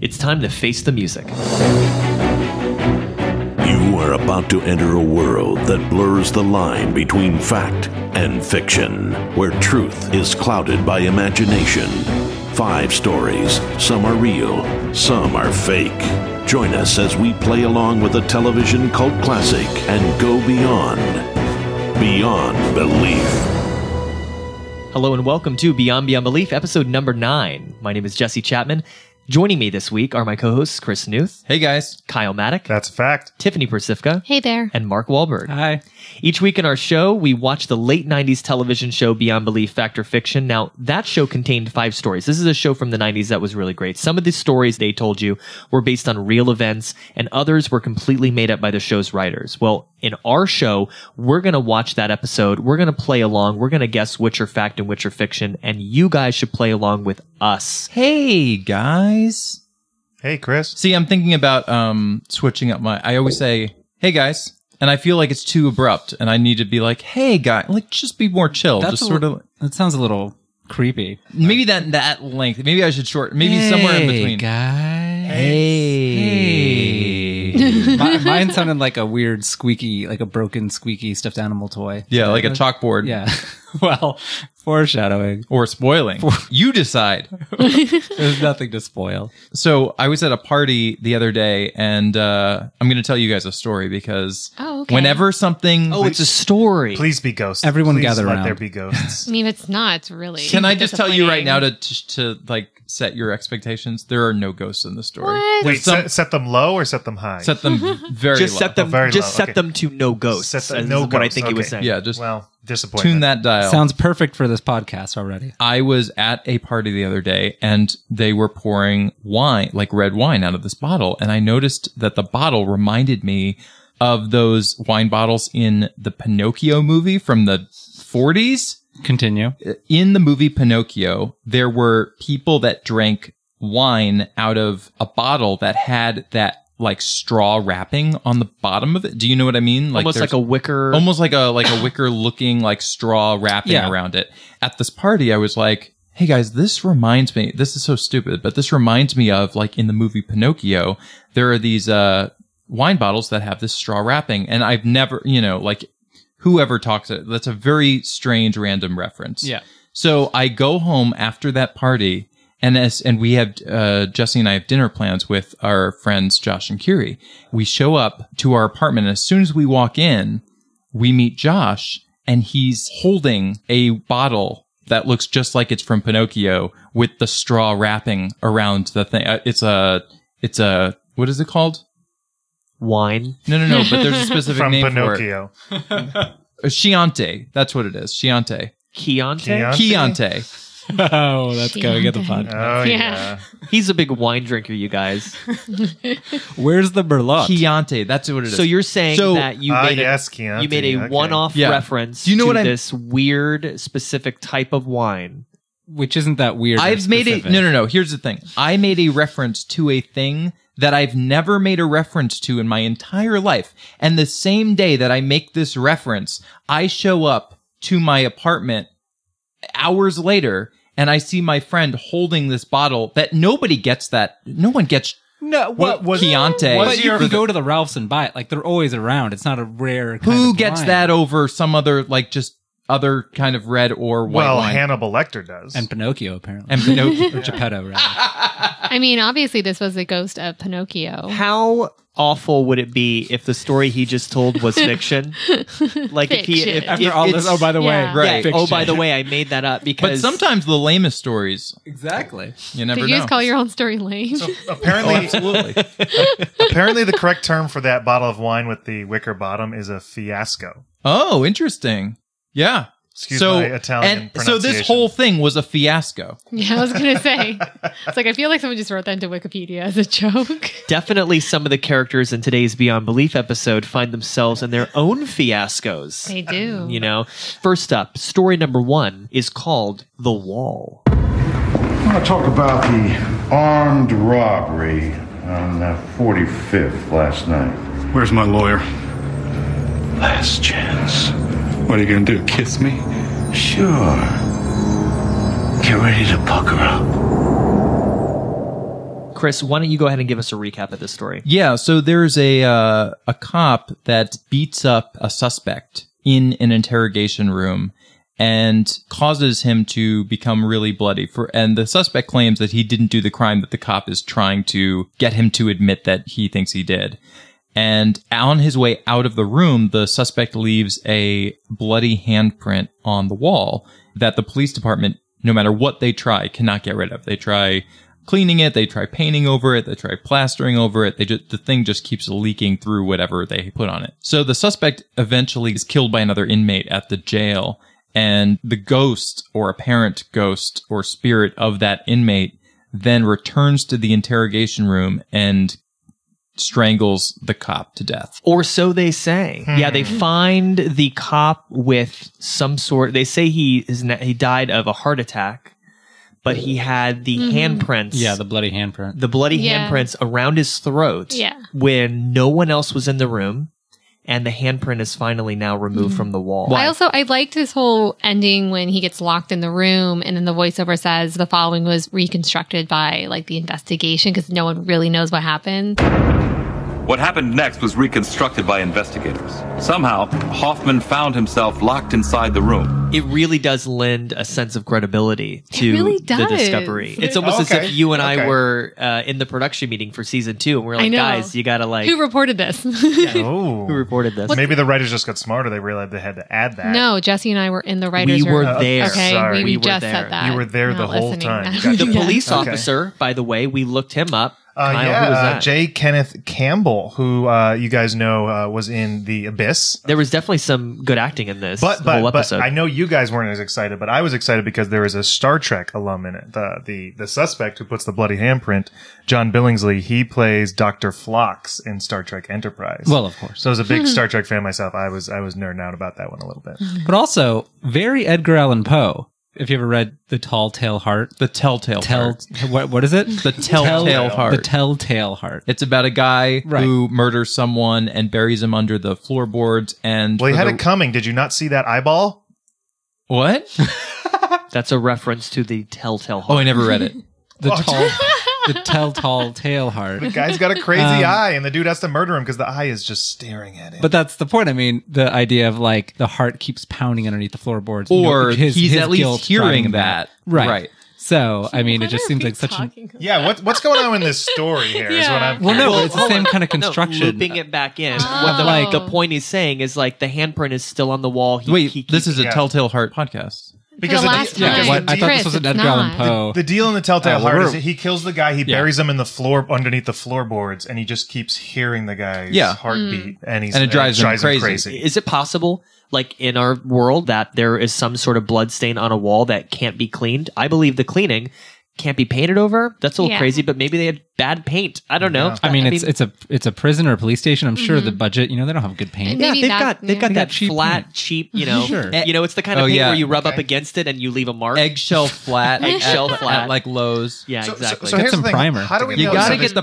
It's time to face the music. You are about to enter a world that blurs the line between fact and fiction, where truth is clouded by imagination. Five stories, some are real, some are fake. Join us as we play along with a television cult classic and go beyond, beyond belief. Hello and welcome to Beyond Beyond Belief, episode number nine. My name is Jesse Chapman. Joining me this week are my co hosts Chris Newth, Hey guys. Kyle Maddock, That's a fact. Tiffany Persifka, Hey there. and Mark Wahlberg. Hi. Each week in our show, we watch the late 90s television show Beyond Belief Fact or Fiction. Now, that show contained five stories. This is a show from the 90s that was really great. Some of the stories they told you were based on real events, and others were completely made up by the show's writers. Well, in our show, we're going to watch that episode. We're going to play along. We're going to guess which are fact and which are fiction, and you guys should play along with us. Hey guys. Hey, Chris. See, I'm thinking about um switching up my I always say, "Hey guys." And I feel like it's too abrupt and I need to be like, "Hey guy, like just be more chill." That's just a sort li- of That sounds a little creepy. maybe that that length. Maybe I should short. Maybe somewhere in between. guys. Hey. mine, mine sounded like a weird squeaky, like a broken squeaky stuffed animal toy. Yeah, like a chalkboard. Yeah. well, foreshadowing. Or spoiling. you decide. There's nothing to spoil. So I was at a party the other day, and uh, I'm going to tell you guys a story because Oh, okay. whenever something, Oh, it's a story. Please be ghosts. Everyone Please gather let around. there be ghosts. I mean, if it's not, it's really. can I just tell you right now disappointing. to, to to like set your expectations? There are no ghosts in the story. What? Wait, some- set, set them low or set them high? Set them very Just low. set them. Oh, very just low. set Okay. them to no ghosts. Set the- is no what I ghosts. think he was Okay. saying. Yeah, just well, disappointment. tune that dial. Sounds perfect for this podcast already. I was at a party the other day and they were pouring wine, like red wine out of this bottle. And I noticed that the bottle reminded me of those wine bottles in the Pinocchio movie from the 40s. Continue. In the movie Pinocchio, there were people that drank wine out of a bottle that had that like straw wrapping on the bottom of it. Do you know what I mean? almost there's- like a wicker. almost like a like a wicker looking like straw wrapping Yeah. around it. At this party, I was like, "Hey guys, this reminds me. This is so stupid, but this reminds me of like in the movie Pinocchio. There are these uh wine bottles that have this straw wrapping, and I've never, you know, like whoever talks it. That's a very strange random reference. So I go home after that party, and as and we have uh, Jesse and I have dinner plans with our friends Josh and Curie. We show up to our apartment, and as soon as we walk in, we meet Josh, and he's holding a bottle that looks just like it's from Pinocchio with the straw wrapping around the thing. Uh, It's a it's a what is it called? wine. No, no, no. But there's a specific from name for Pinocchio. it. Uh, Chianti. That's what it is. Chianti. Chianti. Chianti. oh, that's going at the Chianti. podcast. Oh yeah. Yeah. He's a big wine drinker, you guys. Where's the Merlot? Chianti. That's what it is. So you're saying So- that you Ah, made a, yes, Chianti. you made a Okay. one-off Yeah. reference Do you know to what I'm- this weird specific type of wine. which isn't that weird. or I've made it. specific. No, no, no. Here's the thing. I made a reference to a thing that I've never made a reference to in my entire life. And the same day that I make this reference, I show up to my apartment hours later and I see my friend holding this bottle that nobody gets that. No one gets no. What was Chianti. was But you your- can go to the Ralphs and buy it. Like they're always around. It's not a rare. Kind Who of gets wine. that over some other, like just other kind of red or white Well, wine? Hannibal Lecter does. And Pinocchio apparently. and Pinocchio. or Geppetto. Rather. I mean, obviously, this was the ghost of Pinocchio. How awful would it be if the story he just told was fiction? Like if he if, Fiction. After if all it's- this, oh by the Yeah. way, yeah, Right. oh by the way, I made that up but because sometimes the lamest stories, exactly. you never Did you know. just call your own story lame? so oh, apparently, absolutely. apparently, the correct term for that bottle of wine with the wicker bottom is a fiasco. Oh, interesting. Yeah. Excuse my Italian and so this pronunciation. whole thing was a fiasco. yeah, I was gonna say. It's like I feel like someone just wrote that into Wikipedia as a joke. definitely some of the characters in today's Beyond Belief episode find themselves in their own fiascos. They do. You know, first up, story number one is called The Wall. I want to talk about the armed robbery on the 45th last night. Where's my lawyer? Last chance. What are you gonna do? Kiss me? Sure. Get ready to pucker up. Chris, why don't you go ahead and give us a recap of this story? Yeah, so there's a uh, a cop that beats up a suspect in an interrogation room and causes him to become really bloody for and the suspect claims that he didn't do the crime that the cop is trying to get him to admit that he thinks he did. And on his way out of the room, the suspect leaves a bloody handprint on the wall that the police department, no matter what they try, cannot get rid of. They try cleaning it, they try painting over it, they try plastering over it. They just, the thing just keeps leaking through whatever they put on it. So the suspect eventually is killed by another inmate at the jail. And the ghost or apparent ghost or spirit of that inmate then returns to the interrogation room and strangles the cop to death. Or so they say. Hmm. Yeah, they find the cop with some sort. They say he is na- he died of a heart attack, but he had the handprints. Yeah, the bloody handprint. the bloody Mm-hmm. Yeah. handprints around his throat Yeah. when no one else was in the room and the handprint is finally now removed from the wall. Mm-hmm. I also I liked this whole ending when he gets locked in the room and then the voiceover says the following was reconstructed by like the investigation because no one really knows what happened. What happened next was reconstructed by investigators. Somehow, Hoffman found himself locked inside the room. it really does lend a sense of credibility to really the does. discovery. It's almost as Okay. if you and I Okay. were uh, in the production meeting for season two and we're I like, know. guys, you gotta like Who reported this? Oh. who reported this? Maybe the writers just got smarter. They realized they had to add that. no, Jesse and I were in the writers' we were room. there. Okay, Sorry. we, We we were just there. said that. You were there Not the whole listening. time. Gotcha. The Yeah. police Okay. officer, by the way, we looked him up. Uh, Kyle, yeah, who was uh, that? J. Kenneth Campbell, who uh, you guys know uh, was in The Abyss. there was definitely some good acting in this But but, whole but episode. I know you guys weren't as excited, but I was excited because there was a Star Trek alum in it. The the the suspect who puts the bloody handprint, John Billingsley, he plays Doctor Phlox in Star Trek Enterprise. Well, of course. so as a big Star Trek fan myself, I was I was nerding out about that one a little bit. But also, very Edgar Allan Poe. If you ever read The Tall Tale Heart, The telltale Tell heart. what what is it? The telltale heart. The Telltale Heart. it's about a guy Right. who murders someone and buries him under the floorboards and Well, he for had the- it coming. Did you not see that eyeball? what? That's a reference to the Telltale Oh, Heart. I never read it. The tall the Telltale Tale Heart. The guy's got a crazy Um, eye, and the dude has to murder him because the eye is just staring at him. But that's the point. I mean, the idea of like the heart keeps pounding underneath the floorboards, you know, Or he's at least guilt hearing driving him that. mad. right? Right. So I mean, I it just wonder seems if like he's such an talking about- yeah, what, what's going on in this story here? is what Yeah. I'm well, no, curious but it's the same kind of construction. No, looping it back in. Oh. What the, Like- the point he's saying is like the handprint is still on the wall. He, Wait, he- this is a yeah. Telltale Heart podcast. Because For the of the- last yeah, time. what- I thought this Chris, was an it's Edgar Allan not. Poe. The deal in the Telltale Uh, Heart we're- is that he kills the guy, he Yeah. buries him in the floor underneath the floorboards, and he just keeps hearing the guy's Yeah. heartbeat, Mm. and he's uh, And it drives him crazy. is it possible, like in our world, that there is some sort of blood stain on a wall that can't be cleaned? I believe the cleaning can't be painted over. That's a little Yeah. crazy, but maybe they had bad paint. I don't know. Yeah. I mean, it's it's a it's a prison or a police station. I'm sure the budget, you know, they don't have good paint. And- yeah, maybe they've that- got they've yeah. got They that got cheap flat, paint. cheap, you know, Sure. eh, you know, it's the kind of Oh, paint yeah. where you rub up Okay. against it and you leave a mark. Eggshell flat. Eggshell at- flat. At like Lowe's. Yeah, So- so- exactly. So, Get here's some the thing. primer How do we You know got to so get the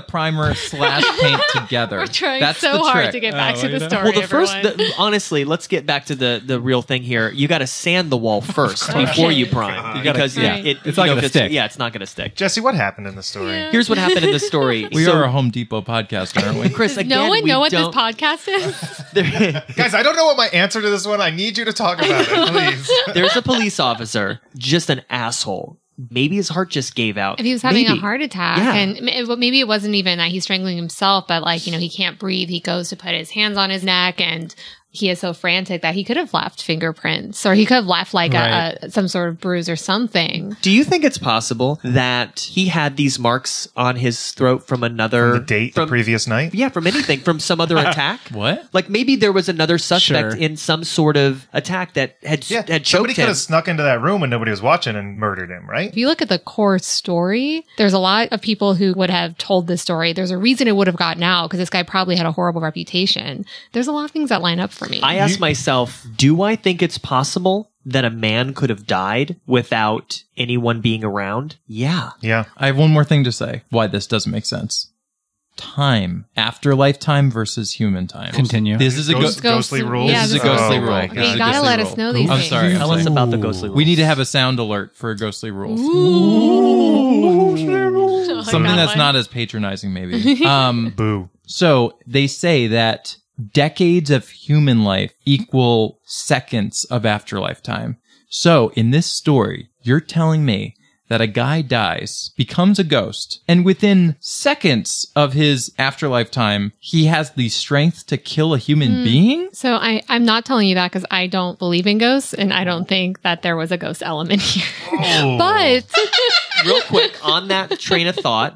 primer slash paint together. We're trying That's so the hard trick. to get back Oh, to I the know. story. well, the first, everyone. the, honestly, let's get back to the the real thing here. You got to sand the wall first before you prime, You gotta- because yeah. it, it, It's you not know, if gonna stick. Yeah, it's not going to stick. Jesse, what happened in the story? Yeah. Here's what happened in the story. We So, are a Home Depot podcast, aren't we? Chris. Does again, no one we know what this don't- podcast is? there- Guys, I don't know what my answer to this one. I need you to talk about it, please. there's a police officer, just an asshole. Maybe his heart just gave out. if he was having Maybe. a heart attack, Yeah. and m- it- maybe it wasn't even that he's strangling himself, but like you know he can't breathe. He goes to put his hands on his neck, and he is so frantic that he could have left fingerprints, or he could have left like Right. a, a some sort of bruise or something. Do you think it's possible that he had these marks on his throat from another the date the From, previous night? yeah, from anything, from some other attack. What? Like maybe there was another suspect Sure. in some sort of attack that had Yeah, had somebody choked could him. have snuck into that room when nobody was watching and murdered him, right? If you look at the core story, there's a lot of people who would have told this story. There's a reason it would have gotten out because this guy probably had a horrible reputation. There's a lot of things that line up for me. I asked myself, do I think it's possible that a man could have died without anyone being around? Yeah. Yeah. I have one more thing to say. Why this doesn't make sense. time, afterlife time versus human time. Continue. This is a Ghost- go- ghostly rules. rules? Yeah, This is a this is- ghostly rule. my Okay, God. you gotta let us know these I'm things. sorry. Tell us about the ghostly rules. we need to have a sound alert for ghostly rules. Oh, I Something got that's one. not as patronizing, maybe. Um, Boo. so they say that decades of human life equal seconds of afterlife time. So in this story, you're telling me that a guy dies, becomes a ghost, and within seconds of his afterlife time, he has the strength to kill a human Hmm. being? So I, I'm not telling you that because I don't believe in ghosts and I don't think that there was a ghost element here. But real quick on that train of thought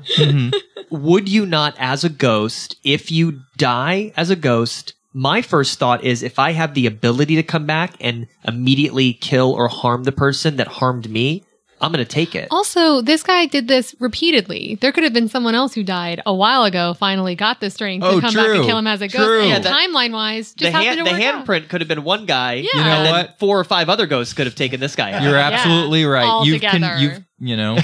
would you not as a ghost if you die as a ghost my first thought is if i have the ability to come back and immediately kill or harm the person that harmed me i'm gonna take it also, this guy did this repeatedly. There could have been someone else who died a while ago, finally got the strength Oh, to come back true. and kill him as a True. ghost. Yeah, And that- timeline wise, just the happened hand, to the work out. handprint could have been one guy You know and then what? four or five other ghosts could have taken this guy out You're Yeah. absolutely right. All you've together. you've you know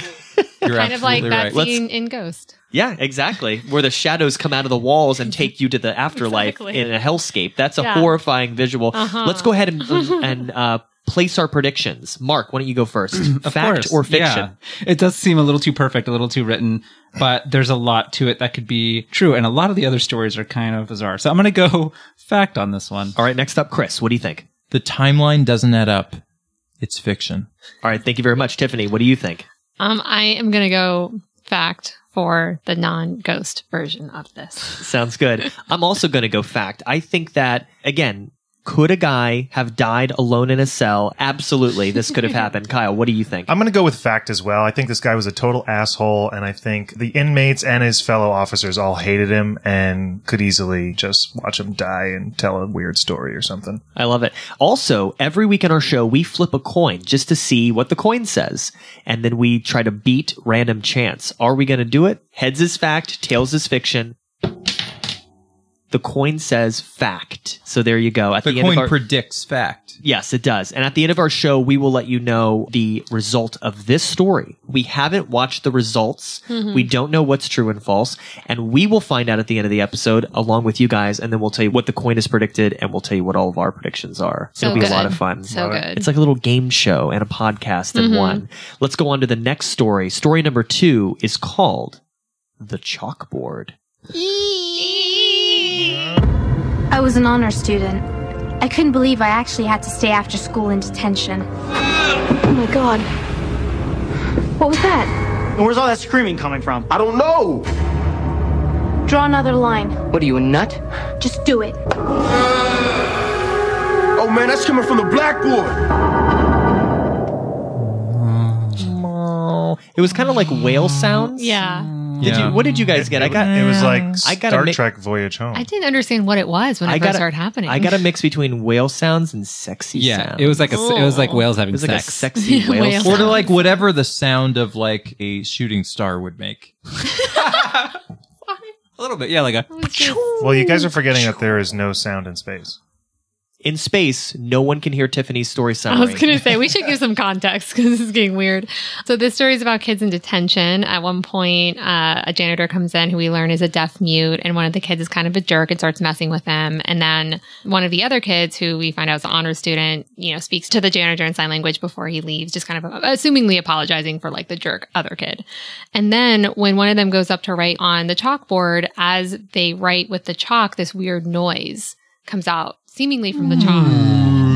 you're Kind of like absolutely that right. Let's- scene in Ghost. yeah exactly where the shadows come out of the walls and take you to the afterlife Exactly. in a hellscape that's a Yeah. horrifying visual Uh-huh. let's go ahead and, and uh, place our predictions mark why don't you go first fact course, or fiction yeah. It does seem a little too perfect, a little too written, but there's a lot to it that could be true. And a lot of the other stories are kind of bizarre. So I'm going to go fact on this one. All right, next up, Chris. What do you think? the timeline doesn't add up. It's fiction. All right, thank you very much, Tiffany. What do you think? Um, I am gonna go fact for the non-ghost version of this. Sounds good. I'm also going to go fact. I think that again, could a guy have died alone in a cell? Absolutely, this could have happened. Kyle, what do you think? I'm going to go with fact as well. I think this guy was a total asshole, and I think the inmates and his fellow officers all hated him and could easily just watch him die and tell a weird story or something. I love it. Also, every week on our show, we flip a coin just to see what the coin says, and then we try to beat random chance. Are we going to do it? Heads is fact, tails is fiction. The coin says fact. So there you go. At the, The end coin of our- predicts fact. Yes, it does. And at the end of our show, we will let you know the result of this story. We haven't watched the results. Mm-hmm. We don't know what's true and false. And we will find out at the end of the episode along with you guys. And then we'll tell you what the coin is predicted and we'll tell you what all of our predictions are. So It'll be good. a lot of fun. So Love it. good. Mm-hmm. It's like a little game show and a podcast in one. Let's go on to the next story. Story number two is called The Chalkboard. I was an honor student. I couldn't believe I actually had to stay after school in detention. Oh my god. What was that? Where's all that screaming coming from? I don't know. Draw another line. What are you, a nut? Just do it. Oh man, that's coming from the blackboard. It was kind of like whale sounds. Yeah, Did you, what did you guys get? I got It was like I gotta Star make- Trek Voyage Home. I didn't understand what it was when it I first got started happening. I got a mix between whale sounds and sexy Yeah, sounds. it was like a, it was like whales it having was like sex. a sexy whale, Whale sound. Sort of like whatever the sound of like a shooting star would make. a little bit, yeah, like a It was just- well, you guys are forgetting that there is no sound in space. In space, no one can hear Tiffany's story I summary. was going to say, we should give some context because this is getting weird. So, this story is about kids in detention. At one point, uh, a janitor comes in who we learn is a deaf mute, and one of the kids is kind of a jerk and starts messing with them. And then one of the other kids, who we find out is an honor student, you know, speaks to the janitor in sign language before he leaves, just kind of uh, assumingly apologizing for like the jerk other kid. And then when one of them goes up to write on the chalkboard, as they write with the chalk, this weird noise comes out seemingly from the chalk.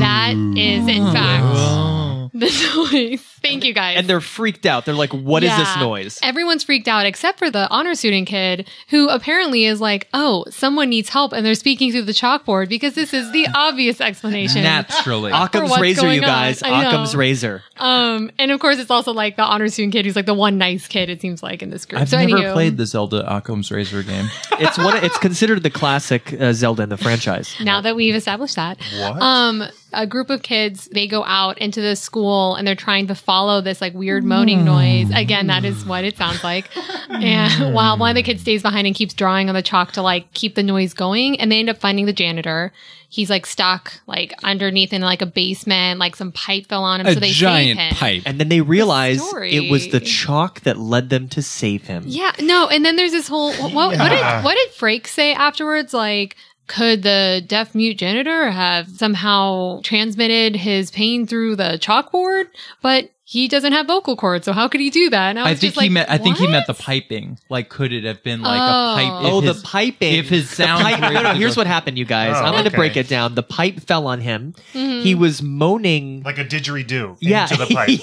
That is, in fact, the noise. Thank you guys. and they're freaked out. They're like, "What is this Yeah. noise?" Everyone's freaked out except for the honor student kid who apparently is like, oh, someone needs help and they're speaking through the chalkboard because this is the obvious explanation. Naturally. Occam's what's razor, going you on. guys. I know. Occam's razor. Um, and of course, it's also like the honor student kid who's like the one nice kid, it seems like, in this group. I've so, never anywho, played the Zelda Occam's Razor game. It's one. It's considered the classic uh, Zelda in the franchise. Now that we've established that, um, a group of kids, they go out into the school and they're trying to follow this like weird moaning Hmm. noise. Again, that is what it sounds like. and while one of the kids stays behind and keeps drawing on the chalk to like keep the noise going, and they end up finding the janitor. He's like stuck like underneath in like a basement, like some pipe fell on him, a so they save giant him. pipe. And then they realize it was the story. chalk that led them to save him. Yeah, no, and then there's this whole what what, what Yeah. did what did Frake say afterwards? Like, could the deaf mute janitor have somehow transmitted his pain through the chalkboard? But he doesn't have vocal cords, so how could he do that? And I, I, was think just like, he meant. I think he what? meant the piping. Like, could it have been like Oh. a pipe? if Oh, his- the piping. If his The sound. pipe- were no, no. able to Here's go- what happened, you guys. Oh, I'm going to okay. break it down. The pipe fell on him. Mhm. He was moaning like a didgeridoo yeah. into the pipe.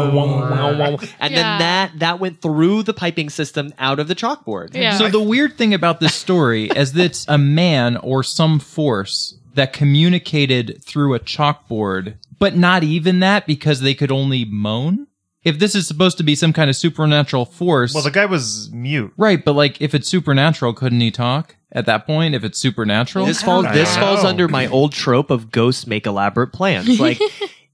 and Yeah. then that that went through the piping system out of the chalkboard. Yeah. So the weird thing about this story is that it's a man or some force that communicated through a chalkboard, but not even that because they could only moan. If this is supposed to be some kind of supernatural force, Well, the guy was mute. right? But like, if it's supernatural, couldn't he talk at that point? If it's supernatural, This falls this falls under my old trope of ghosts make elaborate plans. Like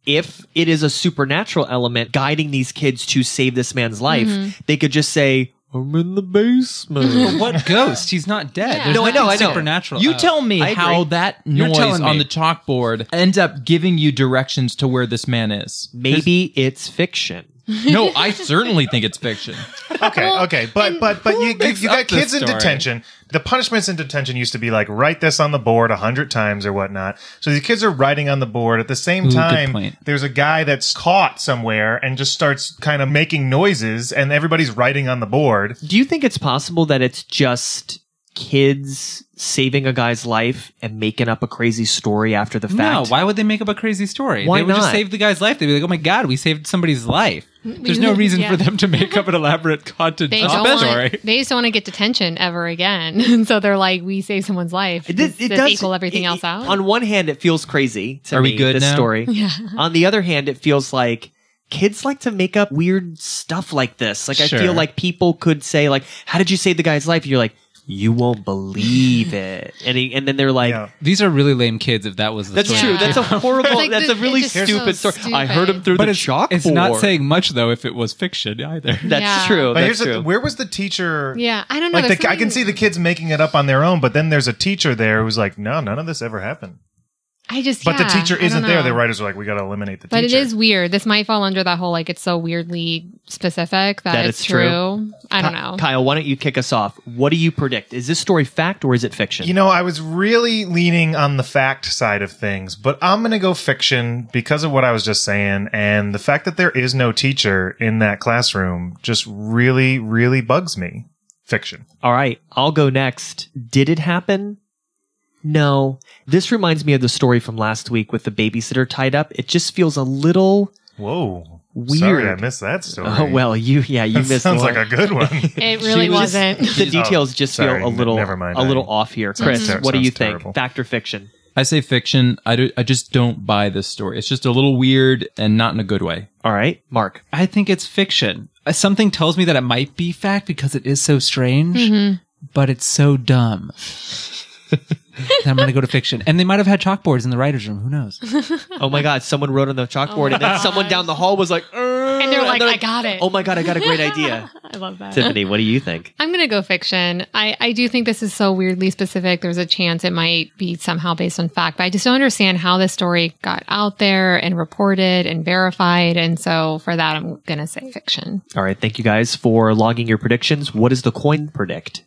if it is a supernatural element guiding these kids to save this man's life, Mm-hmm. Mhm. they could just say, I'm in the But basement. what ghost? He's not dead. Yeah. There's No, I know, nothing I know. Supernatural. You Uh, tell me I how agree. that You're noise telling on me. the chalkboard ends up giving you directions to where this man is. 'Cause- Maybe it's fiction. no, I certainly think it's fiction. Okay, okay, but but but you, you, makes you up got this kids in story? detention. The punishments in detention used to be like write this on the board a hundred times or whatnot. So these kids are writing on the board. At the same Ooh, good time, point. there's a guy that's caught somewhere and just starts kind of making noises, and everybody's writing on the board. Do you think it's possible that it's just kids saving a guy's life and making up a crazy story after the No, fact? why would they make up a crazy story? Why they would not? just save the guy's life. They'd be like, "Oh my god, we saved somebody's life." There's no reason Yeah. for them to make up an elaborate content They of don't a want, story. they just don't want to get detention ever again. And so they're like, we save someone's life. It- does it this does- equal everything it- else it- out? On one hand, it feels crazy to Are we me, good this now? story. yeah. On the other hand, it feels like kids like to make up weird stuff like this. Like I Sure. feel like people could say, like, how did you save the guy's life? And you're like, you won't believe it. And, he, and then they're like, Yeah. These are really lame kids. If that was the that's story. true. That's a horrible, Like, that's the- a really it just feels stupid so story. I heard him stupid. through But the it's, chalkboard. it's not saying much though. If it was fiction either, That's Yeah. true. But That's here's the- true. where was the teacher? Yeah. I don't know. Like there's the, I can something- see the kids making it up on their own, but then there's a teacher there who's like, "No, none of this ever happened." I just, But yeah, the teacher I don't isn't there. know. The writers are like, "We got to eliminate the But teacher." it is weird. This might fall under that whole like it's so weirdly specific that, That it's it's true. true. I don't Ky- know. Kyle, why don't you kick us off? What do you predict? Is this story fact or is it fiction? You know, I was really leaning on the fact side of things, but I'm going to go fiction because of what I was just saying. And the fact that there is no teacher in that classroom just really, really bugs me. Fiction. All right, I'll go next. Did it happen? No. This reminds me of the story from last week with the babysitter tied up. It just feels a little Whoa. Sorry, Weird. I missed that story. Oh well, you yeah, you That missed sounds one. like a good one. It really She was wasn't. just- the details just sorry, feel a n- little never mind. a little I- off here. Chris, ter- what do sounds you think? terrible. Fact or fiction? I say fiction. I, do, I just don't buy this story. It's just a little weird and not in a good way. All right, Mark. I think it's fiction. Uh, Something tells me that it might be fact because it is so strange, but it's so dumb. that I'm going to go to fiction. And they might have had chalkboards in the writer's room. Who knows? Oh my god, someone wrote on the chalkboard and then someone down the hall was like and they're like, I got it. Oh my god, I got a great idea. I love that. Tiffany, what do you think? I'm going to go fiction. I, I do think this is so weirdly specific. There's a chance it might be somehow based on fact, but I just don't understand how this story got out there and reported and verified. And so for that, I'm going to say fiction. All right, thank you guys for logging your predictions. What does the coin predict?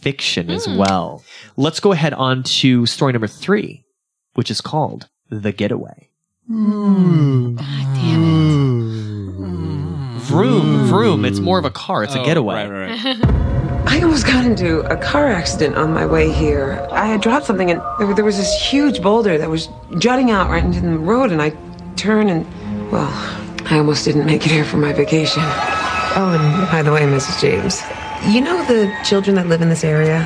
Fiction as Hmm. well. Let's go ahead on to story number three, which is called The Getaway. Hmm. God damn it. Vroom, vroom. It's more of a car, it's a Oh, getaway. Right, right, right. I almost got into a car accident on my way here. I had dropped something and there, there was this huge boulder that was jutting out right into the road and I turned and, well, I almost didn't make it here for my vacation. Oh, and by the way, Mrs. James, you know the children that live in this area?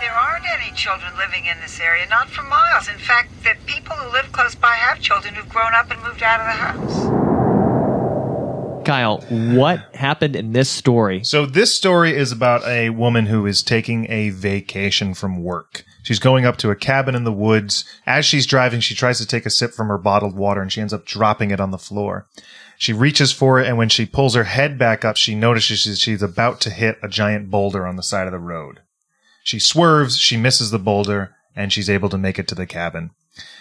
There aren't any children living in this area, not for miles. In fact, the people who live close by have children who've grown up and moved out of the house. Kyle, what happened in this story? So this story is about a woman who is taking a vacation from work. She's going up to a cabin in the woods. As she's driving, she tries to take a sip from her bottled water and she ends up dropping it on the floor. She reaches for it, and when she pulls her head back up, she notices she's- she's about to hit a giant boulder on the side of the road. She swerves, she misses the boulder, and she's able to make it to the cabin.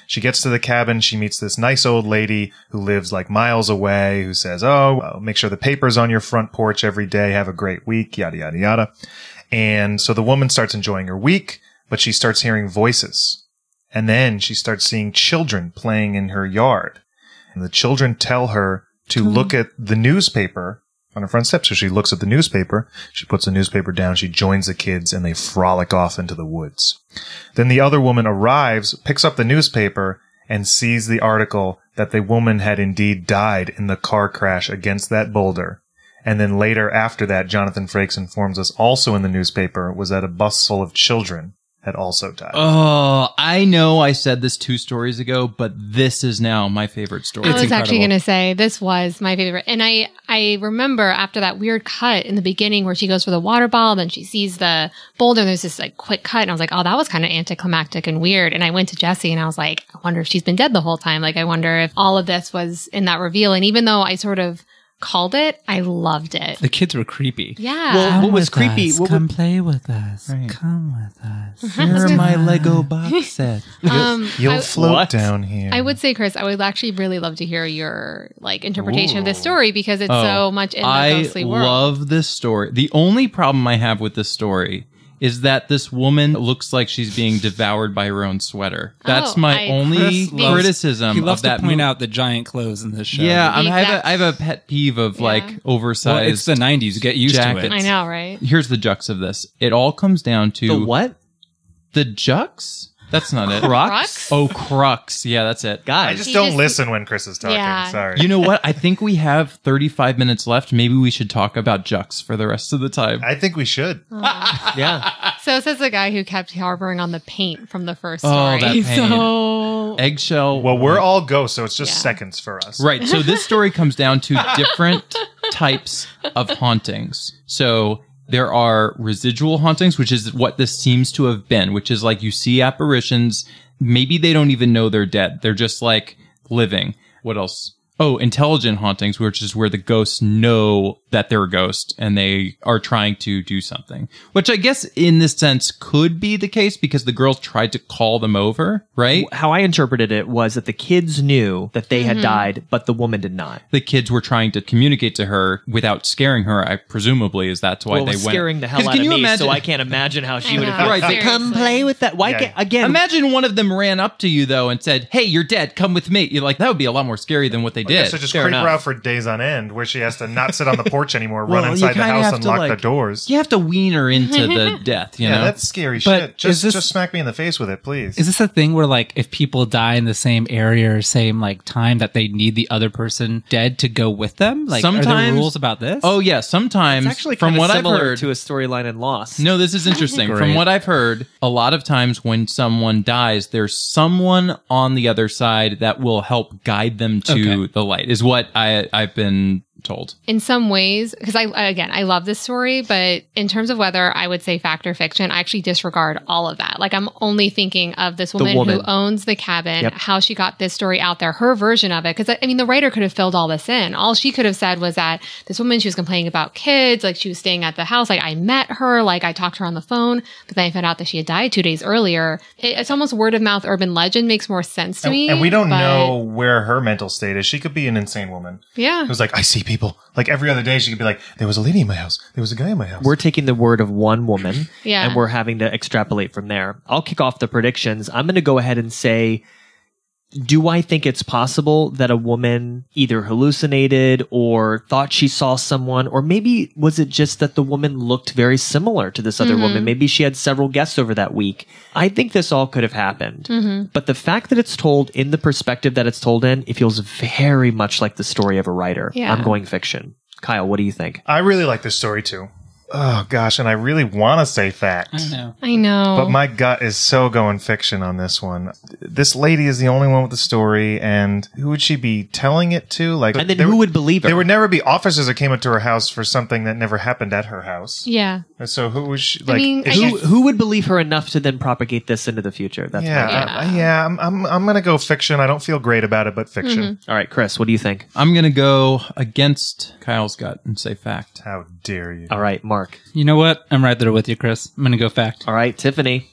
She gets to the cabin, she meets this nice old lady who lives like miles away, who says, Oh, uh, make sure the paper's on your front porch every day, have a great week, yada, yada, yada. And so the woman starts enjoying her week, but she starts hearing voices. And then she starts seeing children playing in her yard. And the children tell her to look at the newspaper on her front step. So she looks at the newspaper. She puts the newspaper down. She joins the kids and they frolic off into the woods. Then the other woman arrives, picks up the newspaper, and sees the article that the woman had indeed died in the car crash against that boulder. And then later after that, Jonathan Frakes informs us also in the newspaper was that a bus full of children had also died. Oh, I know I said this two stories ago, but this is now my favorite story. I was actually going to say this was my favorite, and I I remember after that weird cut in the beginning where she goes for the water bottle, then she sees the boulder, and there's this like quick cut, and I was like, oh, that was kind of anticlimactic and weird. And I went to Jesse, and I was like, I wonder if she's been dead the whole time. Like, I wonder if all of this was in that reveal. And even though I sort of called it, I loved it. The kids were creepy. Yeah. Well, Come what was with creepy- Us. what Come play with us. Come with us. Here are my Lego box set. Um, You'll I- float down here. I would say, Chris, I would actually really love to hear your like interpretation of this story because Oh. it's so much in the Oh, I ghostly world. love this story. The only problem I have with this story is that this woman looks like she's being devoured by her own sweater. That's Oh, my I- only Chris loves- criticism He loves of that to point movie. out the giant clothes in this show. Yeah, I'm, I, have a, I have a pet peeve of like oversized. Well, it's the 90s. Get used to it. jackets. I know, right? Here's the jux of this. It all comes down to The what? The jux? That's not it. Crux? Oh, crux. Yeah, that's it. Guys, I just don't listen when Chris is talking. Yeah. Sorry. You know what? I think we have 35 minutes left. Maybe we should talk about jux for the rest of the time. I think we should. Oh. yeah. So says the guy who kept harboring on the paint from the first Oh, story. that pain. So Eggshell. Well, we're all ghosts, so it's just seconds for us. Right. So this story comes down to different types of hauntings. So there are residual hauntings, which is what this seems to have been, which is like you see apparitions. Maybe they don't even know they're dead. They're just like living. What else? Oh, intelligent hauntings, which is where the ghosts know that they're a ghost and they are trying to do something, which I guess in this sense could be the case because the girls tried to call them over, right? How I interpreted it was that the kids knew that they had Mm-hmm. Mhm. died, but the woman did not. the kids were trying to communicate to her without scaring her. I presumably is that's why well, it they was went scaring the hell 'Cause out can of you me, imagine- so I can't imagine how she I would know, have. Right, but seriously. Come play with that. Why Yeah. can't, again? Imagine one of them ran up to you though and said, "Hey, you're dead. Come with me." You're like that would be a lot more scary than what they Yeah, did. so just Fair creep her enough. out for days on end, where she has to not sit on the porch anymore, Well, run you inside the kinda house have and to, lock the like- doors. You have to wean her into the death. You yeah, know, that's scary But shit. Just, is this- just smack me in the face with it, please. Is this a thing where like if people die in the same area or same like time that they need the other person dead to go with them? Like are there Sometimes- rules about this? Oh yeah, sometimes It's actually from kinda what I've similar heard to a storyline in Lost. No, this is interesting. From Great. what I've heard, a lot of times when someone dies, there's someone on the other side that will help guide them to Okay. the light. Is what I I've been told. in some ways, because I again I love this story, but in terms of whether I would say fact or fiction, I actually disregard all of that. Like I'm only thinking of this woman, woman. who owns the cabin, Yep. how she got this story out there, her version of it. Because I I mean, the writer could have filled all this in. All she could have said was that this woman she was complaining about kids, like she was staying at the house, like I met her, like I talked to her on the phone, but then I found out that she had died two days earlier. It, it's almost word of mouth urban legend makes more sense to and, me. and we don't but- know where her mental state is. She could be an insane woman Yeah. who's like, I see people. Like every other day, she could be like, there was a lady in my house. There was a guy in my house. We're taking the word of one woman Yeah. and we're having to extrapolate from there. I'll kick off the predictions. I'm going to go ahead and say do I think it's possible that a woman either hallucinated or thought she saw someone or maybe was it just that the woman looked very similar to this other woman? Mm-hmm. Maybe she had several guests over that week. I think this all could have happened. Mm-hmm. But the fact that it's told in the perspective that it's told in, it feels very much like the story of a writer. Yeah. I'm going fiction. Kyle, what do you think? I really like this story too. Oh gosh, and I really want to say fact. I know. I know. But my gut is so going fiction on this one. This lady is the only one with the story, and who would she be telling it to? Like, And then who would believe her? There would never be officers that came up to her house for something that never happened at her house. yeah. And So who was she? I Like, mean, I is she- Who, who would believe her enough to then propagate this into the future? That's my yeah, guess. I- I- yeah. I'm, I'm, I'm gonna go fiction. I don't feel great about it, but fiction. All right, Chris, what do you think? I'm going to go against Kyle's gut and say fact. How dare you? All right, Mark. You know what? I'm right there with you, Chris. I'm gonna go fact. All right, Tiffany.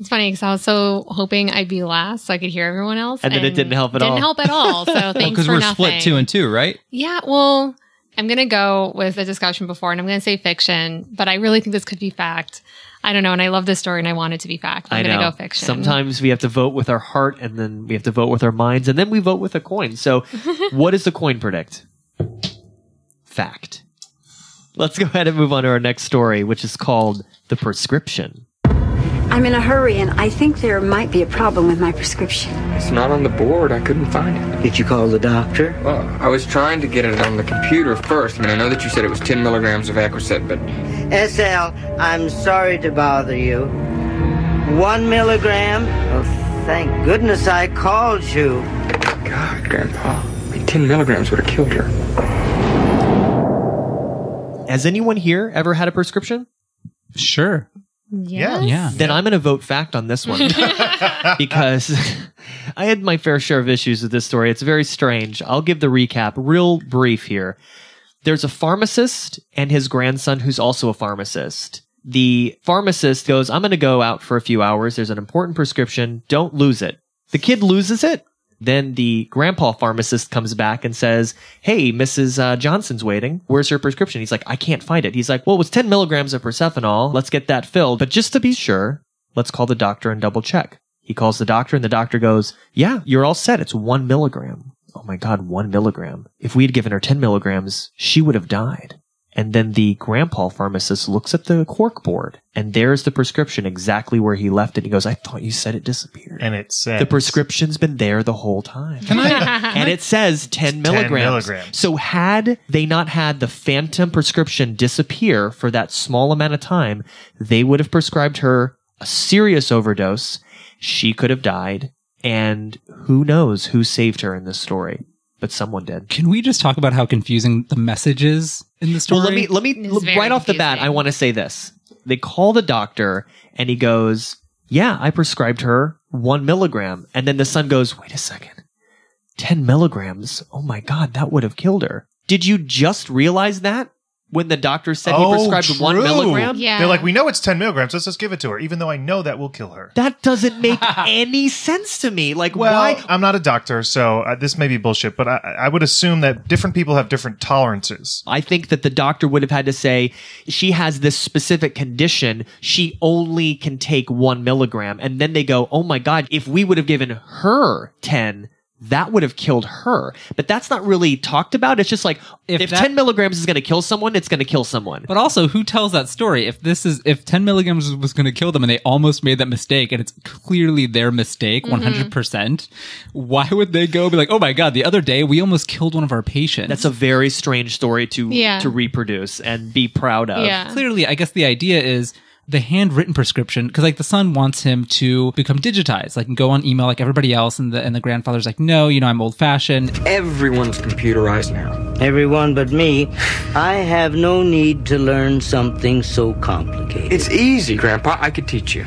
It's funny because I was so hoping I'd be last so I could hear everyone else. And then it didn't help at all. Didn't help at all. So thanks Because for we're nothing. split two and two, right? Yeah, well, I'm going to go with the discussion before and I'm going to say fiction, but I really think this could be fact. I don't know. And I love this story and I want it to be fact. I'm I going to know. go fiction. Sometimes we have to vote with our heart, and then we have to vote with our minds, and then we vote with a coin. So, what does the coin predict? Fact. Let's go ahead and move on to our next story, which is called The Prescription. I'm in a hurry, and I think there might be a problem with my prescription. It's not on the board. I couldn't find it. Did you call the doctor? Well, I was trying to get it on the computer first. I mean, I know that you said it was 10 milligrams of Acrocet, but SL, I'm sorry to bother you. One milligram? Oh, thank goodness I called you. God, Grandpa, I mean, 10 milligrams would have killed her. Has anyone here ever had a prescription? Sure. Yeah. Yeah. Then I'm going to vote fact on this one because I had my fair share of issues with this story. It's very strange. I'll give the recap real brief here. There's a pharmacist and his grandson who's also a pharmacist. The pharmacist goes, I'm going to go out for a few hours. There's an important prescription. Don't lose it. The kid loses it. Then the grandpa pharmacist comes back and says, Hey, Mrs. Uh, Johnson's waiting. Where's her prescription? He's like, I can't find it. He's like, Well, it's 10 milligrams of persephonol. Let's get that filled. But just to be sure, let's call the doctor and double check. He calls the doctor, and the doctor goes, Yeah, you're all set. It's one milligram. Oh my God, one milligram. If we had given her 10 milligrams, she would have died. And then the grandpa pharmacist looks at the cork board, and there's the prescription exactly where he left it. He goes, I thought you said it disappeared. And it said The prescription's been there the whole time. and it says 10 milligrams. milligrams. So had they not had the phantom prescription disappear for that small amount of time, they would have prescribed her a serious overdose. She could have died. And who knows who saved her in this story, but someone did. Can we just talk about how confusing the message is in the story? Well, let me let me is right very off the bat. I want to say this. They call the doctor, and he goes, "Yeah, I prescribed her one milligram." And then the son goes, "Wait a second, ten milligrams? Oh my god, that would have killed her." Did you just realize that when the doctor said he prescribed one Oh, true. milligram? They're like, we know it's 10 milligrams. Let's just give it to her, even though I know that will kill her. that doesn't make any sense to me. Like, Well, why? I'm not a doctor, so uh, this may be bullshit, but I, I would assume that different people have different tolerances. I think that the doctor would have had to say, she has this specific condition. She only can take one milligram. And then they go, oh my God, if we would have given her 10, that would have killed her. But that's not really talked about. It's just like, if, 10 milligrams is going to kill someone, it's going to kill someone. But also, who tells that story? If this is if ten milligrams was going to kill them, and they almost made that mistake, and it's clearly their mistake, Mhm. Mm-hmm. one hundred percent. Why would they go be like, "Oh my god, the other day we almost killed one of our patients"? That's a very strange story to Yeah. to reproduce and be proud of. Clearly, I guess the idea is the handwritten prescription because like the son wants him to become digitized, like and go on email like everybody else, and the and the grandfather's like, "No, you know, I'm old fashioned." Everyone's computerized now. Everyone but me. I have no need to learn something so complicated. It's easy, Grandpa. I could teach you.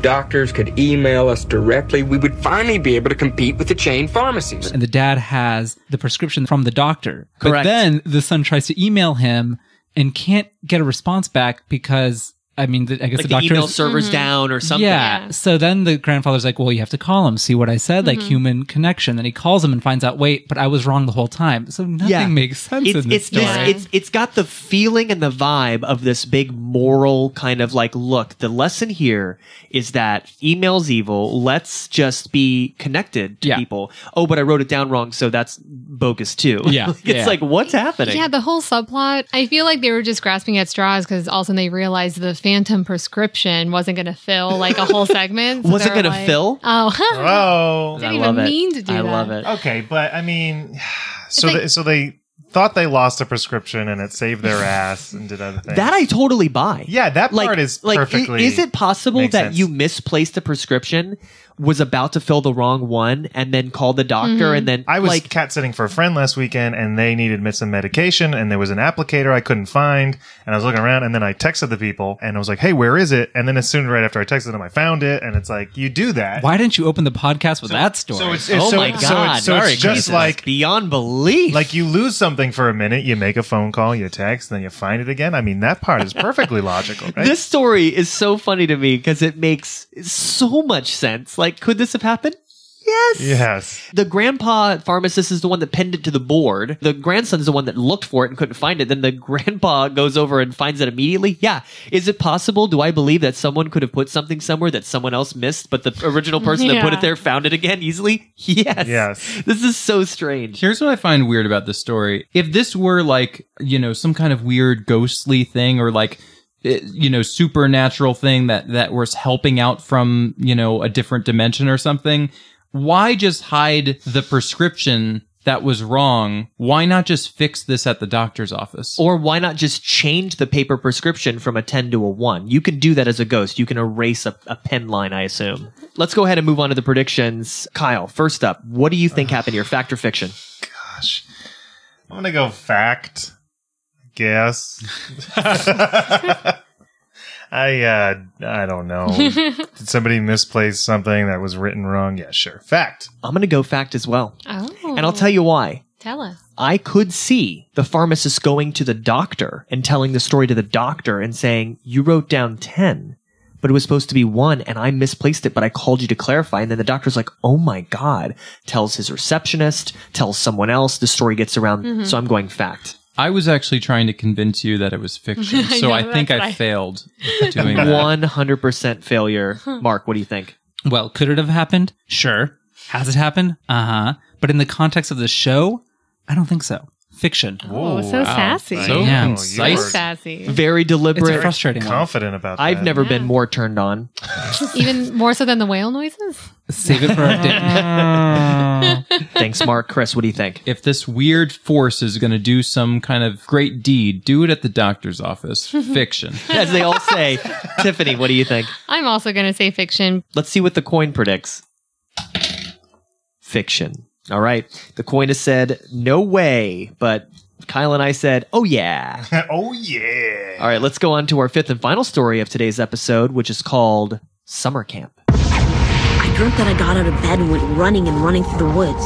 Doctors could email us directly. We would finally be able to compete with the chain pharmacies. and the dad has the prescription from the doctor. But Correct. then the son tries to email him and can't get a response back because I mean, the, I guess Like the the doctor email server's Mhm. down or something. Yeah. So then the grandfather's like, "Well, you have to call him, see what I said, like Mhm. human connection." Then he calls him and finds out, "Wait, but I was wrong the whole time." So nothing makes sense It's, in this it's story. it's it's got the feeling and the vibe of this big moral kind of like look. The lesson here is that email's evil. Let's just be connected to people. Oh, but I wrote it down wrong, so that's bogus too. Yeah. it's Yeah. like what's happening? Yeah, the whole subplot. I feel like they were just grasping at straws because all of a sudden they realized the phantom prescription wasn't going to fill like a whole segment. Was it they're gonna fill? Oh, Oh, Didn't I even love it. mean to do I that. love it. Okay, but I mean, so like- they, so they thought they lost a prescription and it saved their ass and did other things. That I totally buy. Yeah, that like, part is like, i- perfectly Is it possible that makes sense. you misplaced a prescription, was about to fill the wrong one, and then called the doctor, and then I was like cat sitting for a friend last weekend, and they needed some medication, and there was an applicator I couldn't find, and I was looking around, and then I texted the people, and I was like, "Hey, where is it?" And then as soon right after I texted them, I found it, and it's like you do that. Why didn't you open the podcast with that story? So it's, it's- Oh so it- so it's- so it's just like beyond belief. Like you lose something for a minute, you make a phone call, you text, then you find it again. I mean, that part is perfectly logical, right? This story is so funny to me because it makes so much sense. Like, could this have happened? Yes. Yes. The grandpa pharmacist is the one that pinned it to the board. The grandson's the one that looked for it and couldn't find it. Then the grandpa goes over and finds it immediately. Yeah. Is it possible? Do I believe that someone could have put something somewhere that someone else missed, but the original person that put Yeah. it there found it again easily? Yes. Yes. This is so strange. Here's what I find weird about this story. If this were like, you know, some kind of weird ghostly thing or like, eh, you know, supernatural thing that, that was helping out from, you know, a different dimension or something, why just hide the prescription that was wrong? Why not just fix this at the doctor's office? Or why not just change the paper prescription from a 10 to a 1? You can do that as a ghost. You can erase a, a pen line, I assume. Let's go ahead and move on to the predictions. Kyle, first up, what do you think happened here? Fact or fiction? I'm gonna go fact. I Guess. I uh I don't know. Did somebody misplace something that was written wrong? Yeah, sure. Fact. I'm gonna go fact as well. Oh. And I'll tell you why. Tell us. I could see the pharmacist going to the doctor and telling the story to the doctor and saying, You wrote down 10, but it was supposed to be 1, and I misplaced it, but I called you to clarify. And then the doctor's like, Oh my God, tells his receptionist, tells someone else, the story gets around. Mhm. So I'm going fact. I was actually trying to convince you that it was fiction, I so know, I think that's I right. failed doing that. One hundred percent failure. Mark, what do you think? Well, could it have happened? Sure. Has it happened? Uh huh. But in the context of the show, I don't think so. Fiction. Oh, so sassy. Oh, So Yeah. concise. So sassy. Very deliberate. It's a frustrating one. Confident about that. I've never been more turned on. Even more so than the whale noises? Save it for our day. Thanks, Mark. Chris, what do you think? If this weird force is going to do some kind of great deed, do it at the doctor's office. Fiction. As they all say. Tiffany, what do you think? I'm also going to say fiction. Let's see what the coin predicts. Fiction. All right. The coin has said no way, but Kyle and I said, oh yeah. oh yeah. All right, let's go on to our fifth and final story of today's episode, which is called Summer Camp. I dreamt that I got out of bed and went running and running through the woods.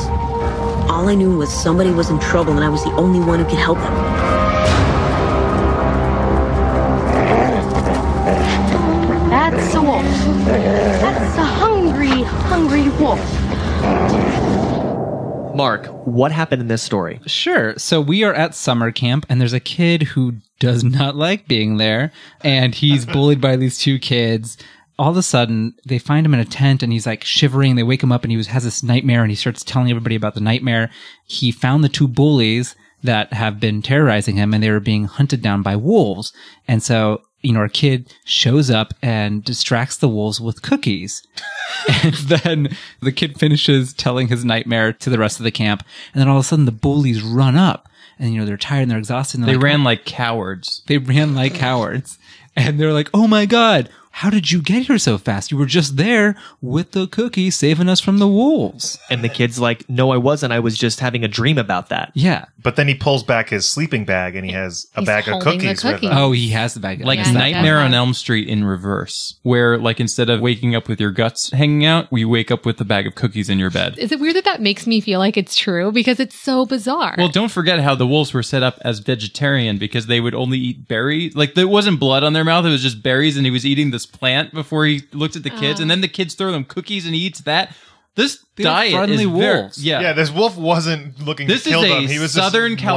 All I knew was somebody was in trouble and I was the only one who could help them. That's a wolf. That's a hungry, hungry wolf. Mark, what happened in this story? Sure. So we are at summer camp, and there's a kid who does not like being there, and he's bullied by these two kids. All of a sudden, they find him in a tent, and he's like shivering. They wake him up, and he was, has this nightmare, and he starts telling everybody about the nightmare. He found the two bullies that have been terrorizing him, and they were being hunted down by wolves. And so, you know, our kid shows up and distracts the wolves with cookies. And then the kid finishes telling his nightmare to the rest of the camp. And then all of a sudden the bullies run up and, you know, they're tired and they're exhausted. And They ran like cowards. They ran like cowards. And they're like, oh my God, how did you get here so fast? You were just there with the cookie saving us from the wolves. And the kid's like, no, I wasn't. I was just having a dream about that. Yeah. But then he pulls back his sleeping bag and he has a bag of holding the cookies. With cookies. him. Oh, he has the bag. Like Yeah, he Nightmare Uh-huh. does. on Elm Street in reverse, where like instead of waking up with your guts hanging out, you wake up with a bag of cookies in your bed. Is it weird that that makes me feel like it's true? Because it's so bizarre. Well, don't forget how the wolves were set up as vegetarian because they would only eat berries. Like there wasn't blood on their mouth; it was just berries, and he was eating this plant before he looked at the kids, Oh. and then the kids throw them cookies and he eats that. This They were diet friendly is very- wolves. yeah, Yeah, this wolf wasn't looking This to is kill a them. He was just Southern want- he was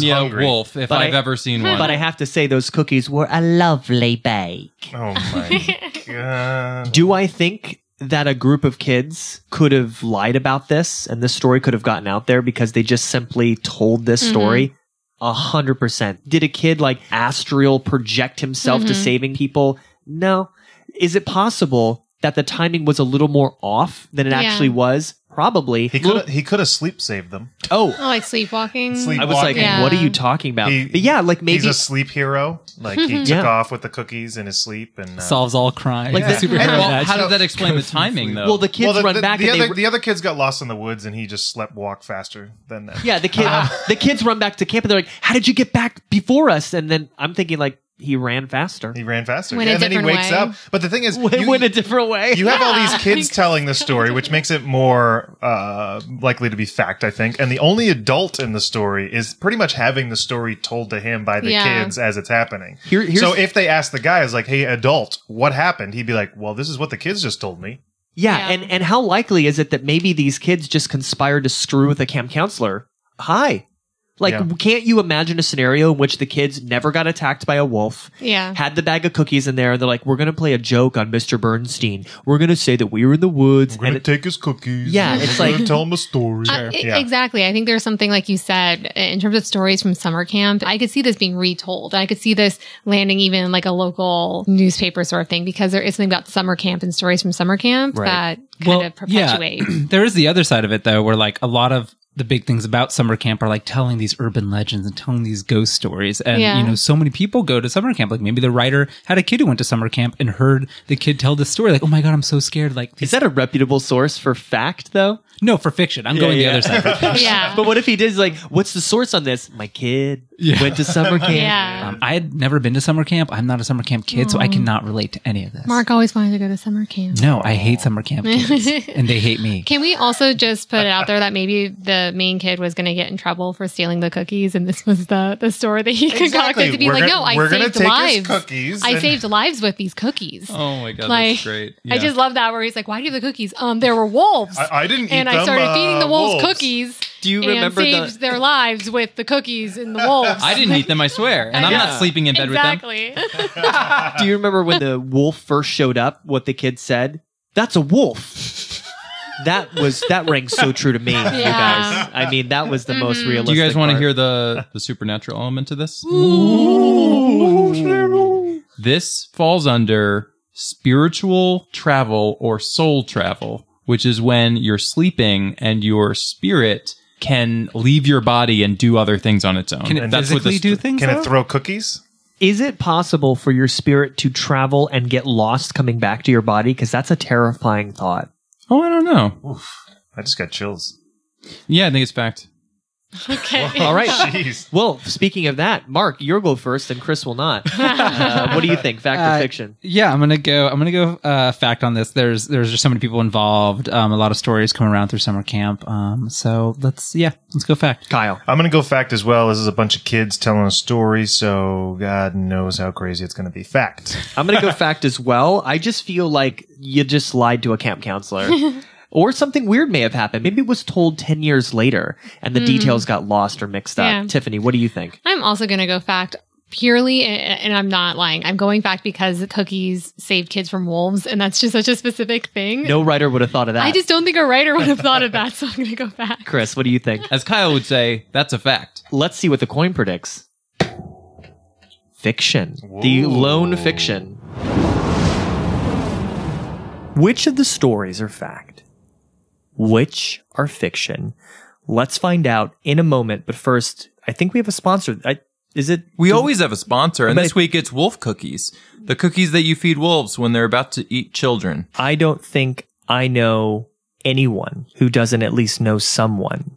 California hungry. wolf, if I've ever seen one. But I have to say, those cookies were a lovely bake. Oh my god! Do I think that a group of kids could have lied about this and this story could have gotten out there because they just simply told this Mhm. story? A hundred percent. Did a kid like astral project himself to Mhm. saving people? No. Is it possible that the timing was a little more off than it Yeah. actually was? Probably. He could he could have sleep saved them. Oh, Oh, like sleepwalking. I was like, Yeah. what are you talking about? He- but yeah, like maybe He's a sleep hero. Like he Mhm. took Yeah. off with the cookies in his sleep and uh, Solves all crime. Like Like the- superhero. and well, badge. how did that explain the timing though. Well, the kids run back The and they other, the other kids got lost in the woods and he just slept walk faster than them. Yeah, the kid, Ah. the kids run back to camp and they're like, "How did you get back before us?" And then I'm thinking like he ran faster. He ran faster. Went a and then he different wakes way. up. But the thing is, Went, a different way. You have all these kids telling the story, which makes it more uh, likely to be fact, I think. And the only adult in the story is pretty much having the story told to him by the Yeah. kids as it's happening. Here- here's- so if they ask the guys, like, "Hey, adult, what happened?" He'd be like, "Well, this is what the kids just told me." Yeah, and and how likely is it that maybe these kids just conspired to screw with the camp counselor? Hi. Like, Yeah. can't you imagine a scenario in which the kids never got attacked by a wolf? Yeah. Had the bag of cookies in there, and they're like, "We're gonna play a joke on Mr. Bernstein. We're gonna say that we were in the woods." We're gonna take his cookies. Yeah, We're it's gonna like- tell him a story. I- e- Exactly. I think there's something like you said in terms of stories from summer camp. I could see this being retold. I could see this landing even in, like a local newspaper sort of thing because there is something about summer camp and stories from summer camp Right. that kind of perpetuate. Yeah. there is the other side of it though, where like a lot of the big things about summer camp are like telling these urban legends and telling these ghost stories. And Yeah. you know, so many people go to summer camp. Like maybe the writer had a kid who went to summer camp and heard the kid tell this story, like, Oh my god, I'm so scared. Like Is that a reputable source for fact though? No, for fiction. I'm going the other side. for fiction. Yeah. But what if he did like, what's the source on this? My kid went to summer camp. Yeah. Um, I had never been to summer camp. I'm not a summer camp kid, so Aw. I cannot relate to any of this. Mark always wanted to go to summer camp. No, I hate summer camp kids, and they hate me. Can we also just put it out there that maybe the main kid was going to get in trouble for stealing the cookies, and this was the the story that he concocted Exactly. to be We're like, gonna- "No, I we're gonna saved take his lives. cookies I and- saved lives with these cookies." Oh my god, Like, that's great. I just love that where he's like, "Why do you have the cookies?" Um, there were wolves. I, I didn't eat and I them, started uh, feeding the wolves, wolves. cookies. Do you and remember the- saved their lives with the cookies and the wolves? I didn't eat them, I swear. And I'm Yeah. not sleeping in bed with them. exactly. Do you remember when the wolf first showed up? What the kid said? That's a wolf. That was that rang so true to me, you Yeah. Mm-hmm. guys. I mean, that was the most Do realistic. you guys want to part. hear the the supernatural element to this? This falls under spiritual travel or soul travel, which is when you're sleeping and your spirit can leave your body and do other things on its own. Can it physically this- do things, Can it though? throw cookies? Is it possible for your spirit to travel and get lost coming back to your body? Because that's a terrifying thought. Oh, I don't know. I just got chills. Yeah, I think it's fact. okay. All right. Well, speaking of that, Mark, you'll go first, and Chris will not. Uh, what do you think? Fact Uh, or fiction? Yeah, I'm gonna go. I'm gonna go uh, fact on this. There's there's just so many people involved. Um, a lot of stories come around through summer camp. Um, so let's yeah, let's go fact. Kyle, I'm going to go fact as well. This is a bunch of kids telling a story, so God knows how crazy it's going to be. Fact. I'm going to go fact as well. I just feel like you just lied to a camp counselor. or something weird may have happened. Maybe it was told 10 years later and the Mm. details got lost or mixed up. Yeah. Tiffany, what do you think? I'm also going to go fact purely, a- and I'm not lying. I'm going fact because cookies saved kids from wolves, and that's just such a specific thing. No writer would have thought of that. I just don't think a writer would have thought of that, so I'm going to go fact. Chris, what do you think? As Kyle would say, that's a fact. Let's see what the coin predicts. Fiction. The lone fiction. Which of the stories are fact? Which are fiction? Let's find out in a moment, but first, I think we have a sponsor. I, is it? We do- always have a sponsor, and But this I- week it's wolf cookies. The cookies that you feed wolves when they're about to eat children. I don't think I know anyone who doesn't at least know someone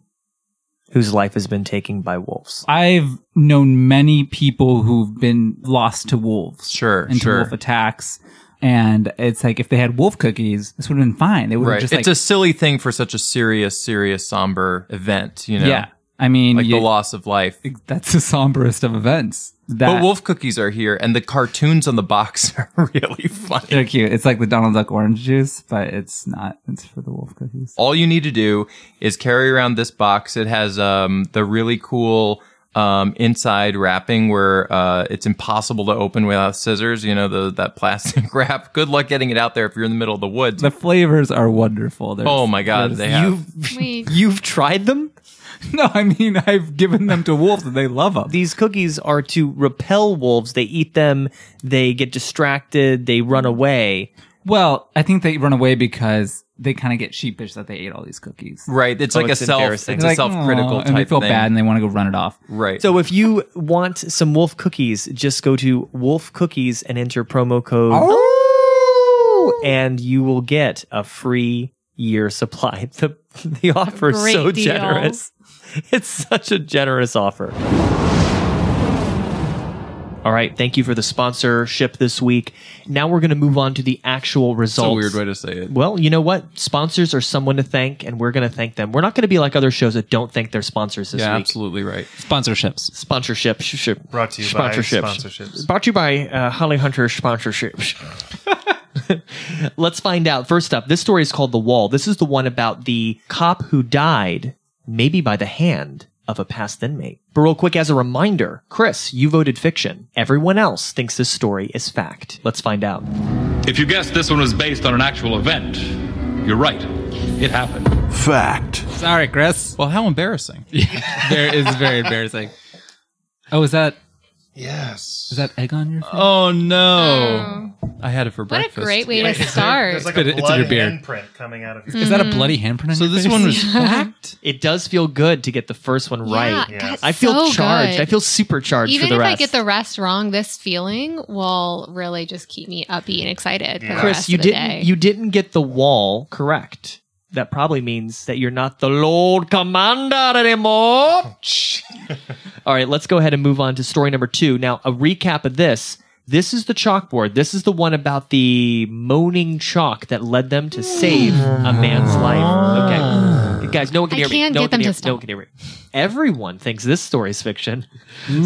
whose life has been taken by wolves. I've known many people who've been lost to wolves, sure, and to sure. wolf attacks. And it's like if they had wolf cookies, this would have been fine. They would have Right. just it's like a silly thing for such a serious, serious, somber event, you know? Yeah. I mean, like you- the loss of life. that's the somberest of events. That But wolf cookies are here, and the cartoons on the box are really funny. they're cute. It's like the Donald Duck orange juice, but it's not. It's for the wolf cookies. All you need to do is carry around this box. It has um, the really cool um, inside wrapping where uh, it's impossible to open without scissors. You know the that plastic wrap. Good luck getting it out there if you're in the middle of the woods. The flavors are wonderful. There's, Oh my God, there's- they have- Wait. You've tried them? No, I mean I've given them to wolves and they love them. These cookies are to repel wolves. They eat them, they get distracted, they run away. Well, I think they run away because they kind of get sheepish that they ate all these cookies. Right, it's Oh, like a it's self- embarrassing. it's a Like, self-critical "Aw," and they type feel thing. bad and they want to go run it off. Right. So if you want some wolf cookies, just go to wolf cookies and enter promo code Oh. and you will get a free year supply. The the offer is Great so deal. generous. It's such a generous offer. All right, thank you for the sponsorship this week. Now we're going to move on to the actual results. weird way to say it. Well, you know what? Sponsors are someone to thank, and we're going to thank them. We're not going to be like other shows that don't thank their sponsors this Yeah, week. absolutely right. Sponsorships. Sponsorship. sh- sh- Brought to you by sponsorships. Brought to you by uh, Holly Hunter sponsorships. Let's find out. First up, this story is called The Wall. This is the one about the cop who died, maybe by the hand of a past inmate. But real quick, as a reminder, Chris, you voted fiction. Everyone else thinks this story is fact. Let's find out. If you guessed this one was based on an actual event, you're right. It happened. Fact. Sorry, Chris. Well, how embarrassing. there is very embarrassing. Oh, is that? Yes. Is that egg on your? Face? Oh no! I had it for Oh. What a breakfast. great way to start. Mm. There's like Spit a it- it's in blood your beard. handprint coming out of your Is that a bloody handprint? On so this one was fact. It does feel good to get the first one Yeah, right. God, I feel so charged. good. I feel supercharged Even for the if rest. I get the rest wrong, this feeling will really just keep me uppy and excited for the Chris, rest you of the didn't day. you didn't get the wall correct. That probably means that you're not the Lord Commander anymore. All right, let's go ahead and move on to story number two. Now, a recap of this. This is the chalkboard. This is the one about the moaning chalk that led them to save a man's life. Okay. Guys, no one can I hear me. can't no one get them can hear, to No one can hear me. Everyone thinks this story is fiction.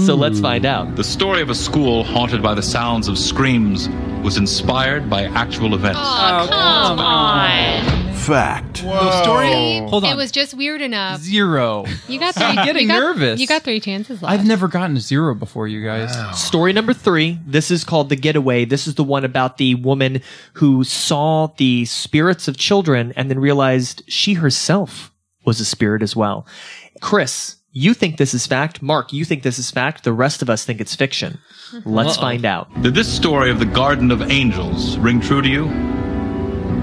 So let's find out. The story of a school haunted by the sounds of screams was inspired by actual events. Oh, come on. Fact. The story- Hold on. It was just weird enough. Zero. You got three. I'm getting you got, nervous. You got three chances left. I've never gotten a zero before, you guys. Story number three. This is called The Getaway. This is the one about the woman who saw the spirits of children and then realized she herself was a spirit as well. Chris, you think this is fact. Mark, you think this is fact. The rest of us think it's fiction. Let's Uh-oh. find out. Did this story of the Garden of Angels ring true to you?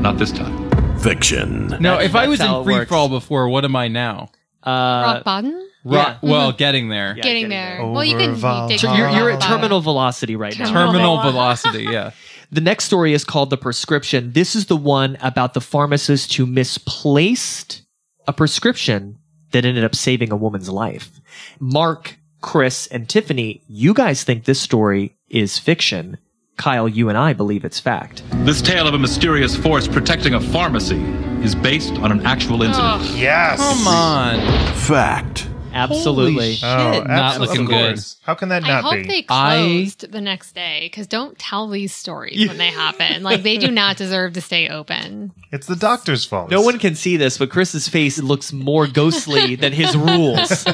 Not this time. Fiction. Now, That- if I that's was how it in free works. fall before, what am I now? Uh, Rock bottom? Rock, Yeah. Well, Mhm. getting there. getting, there. Well, you can you dig You're, you're at rock bottom. terminal velocity right now. Terminal velocity. Yeah. The next story is called The Prescription. This is the one about the pharmacist who misplaced a prescription that ended up saving a woman's life. Mark, Chris, and Tiffany, you guys think this story is fiction. Kyle, you and I believe it's fact. This tale of a mysterious force protecting a pharmacy is based on an actual incident. Yes. Come on. Fact. Absolutely. Oh, Not absolutely. looking Of good. course. How can that I not hope be? they closed the next day because don't tell these stories when they happen. Like they do not deserve to stay open. it's the doctor's fault. No one can see this, but Chris's face looks more ghostly than his rules.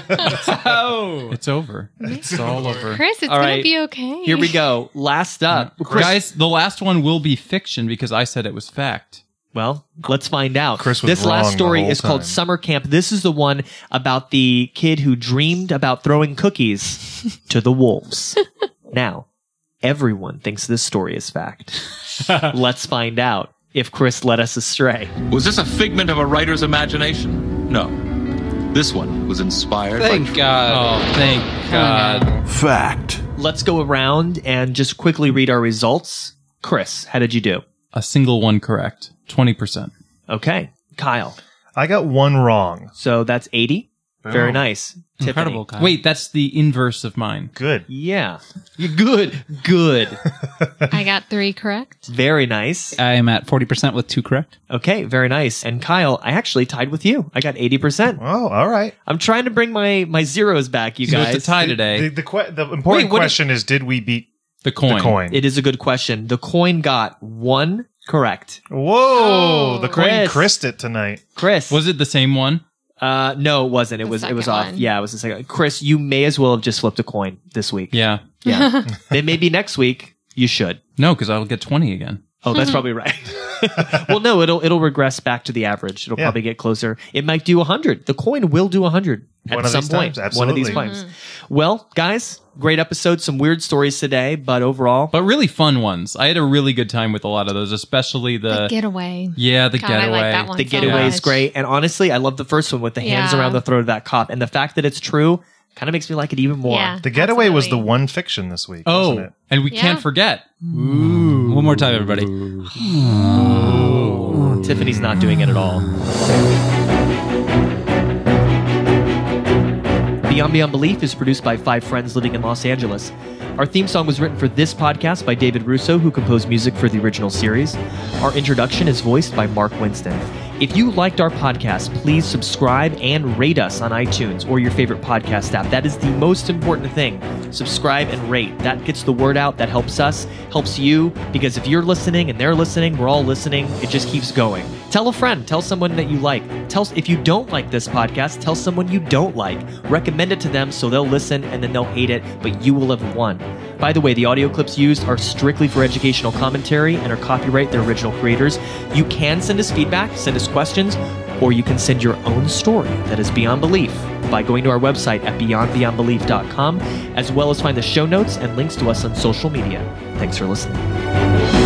oh. It's over. Mm-hmm. It's all over. Chris, it's gonna be okay. Here we go. Last up. Chris- Guys, the last one will be fiction because I said it was fact. Well, let's find out. Chris this last story is called Summer Camp. This is the one about the kid who dreamed about throwing cookies to the wolves. now, everyone thinks this story is fact. let's find out if Chris led us astray. Was this a figment of a writer's imagination? No. This one was inspired by. Thank God. Oh, thank God. Fact. Let's go around and just quickly read our results. Chris, how did you do? A single one correct. 20%. Okay. Kyle. I got one wrong. So that's 80. Very Boom. nice. Tiffany. Incredible. Wait, that's the inverse of mine. Good. Yeah. You're good. Good. I got three correct. Very nice. I am at 40% with two correct. Okay, very nice. And Kyle, I actually tied with you. I got 80%. Oh, all right. I'm trying to bring my my zeros back, you guys. The, the, que- the important Wait, what question is, did we beat the The coin. It is a good question. The coin got one correct. Whoa, the coin Oh, Chris. Chris'd it tonight. Chris. Was it the same one? Uh no, it wasn't. It was it was off. Yeah, it was the second. Chris, you may as well have just flipped a coin this week. Yeah. Yeah. then maybe next week you should. No, because I'll get 20 again. Oh, that's probably right. well, no, it'll it'll regress back to the average. It'll Yeah. probably get closer. It might do 100. The coin will do 100 at One of some these point. times, One of these absolutely. times. Well, guys, great episode. Some weird stories today, but overall, but really fun ones. I had a really good time with a lot of those, especially the, getaway. Yeah, the God, I like getaway. that one the so getaway is much. great. And honestly, I love the first one with the hands Yeah. around the throat of that cop. And the fact that it's true kind of makes me like it even more. Yeah, The Getaway was the one fiction this week. Oh, wasn't it? and we can't forget. Ooh. One more time, everybody. Tiffany's not doing it at all. Beyond Beyond Belief is produced by five friends living in Los Angeles. Our theme song was written for this podcast by David Russo, who composed music for the original series. Our introduction is voiced by Mark Winston. If you liked our podcast, please subscribe and rate us on iTunes or your favorite podcast app. That is the most important thing. Subscribe and rate. That gets the word out, that helps us, helps you, because if you're listening and they're listening, we're all listening, it just keeps going. Tell a friend, tell someone that you like. Tell if you don't like this podcast, tell someone you don't like. Recommend it to them so they'll listen and then they'll hate it, but you will have won. By the way, the audio clips used are strictly for educational commentary and are copyright their original creators. You can send us feedback, send us questions, or you can send your own story that is beyond belief by going to our website at beyondbeyondbelief.com, as well as find the show notes and links to us on social media. Thanks for listening.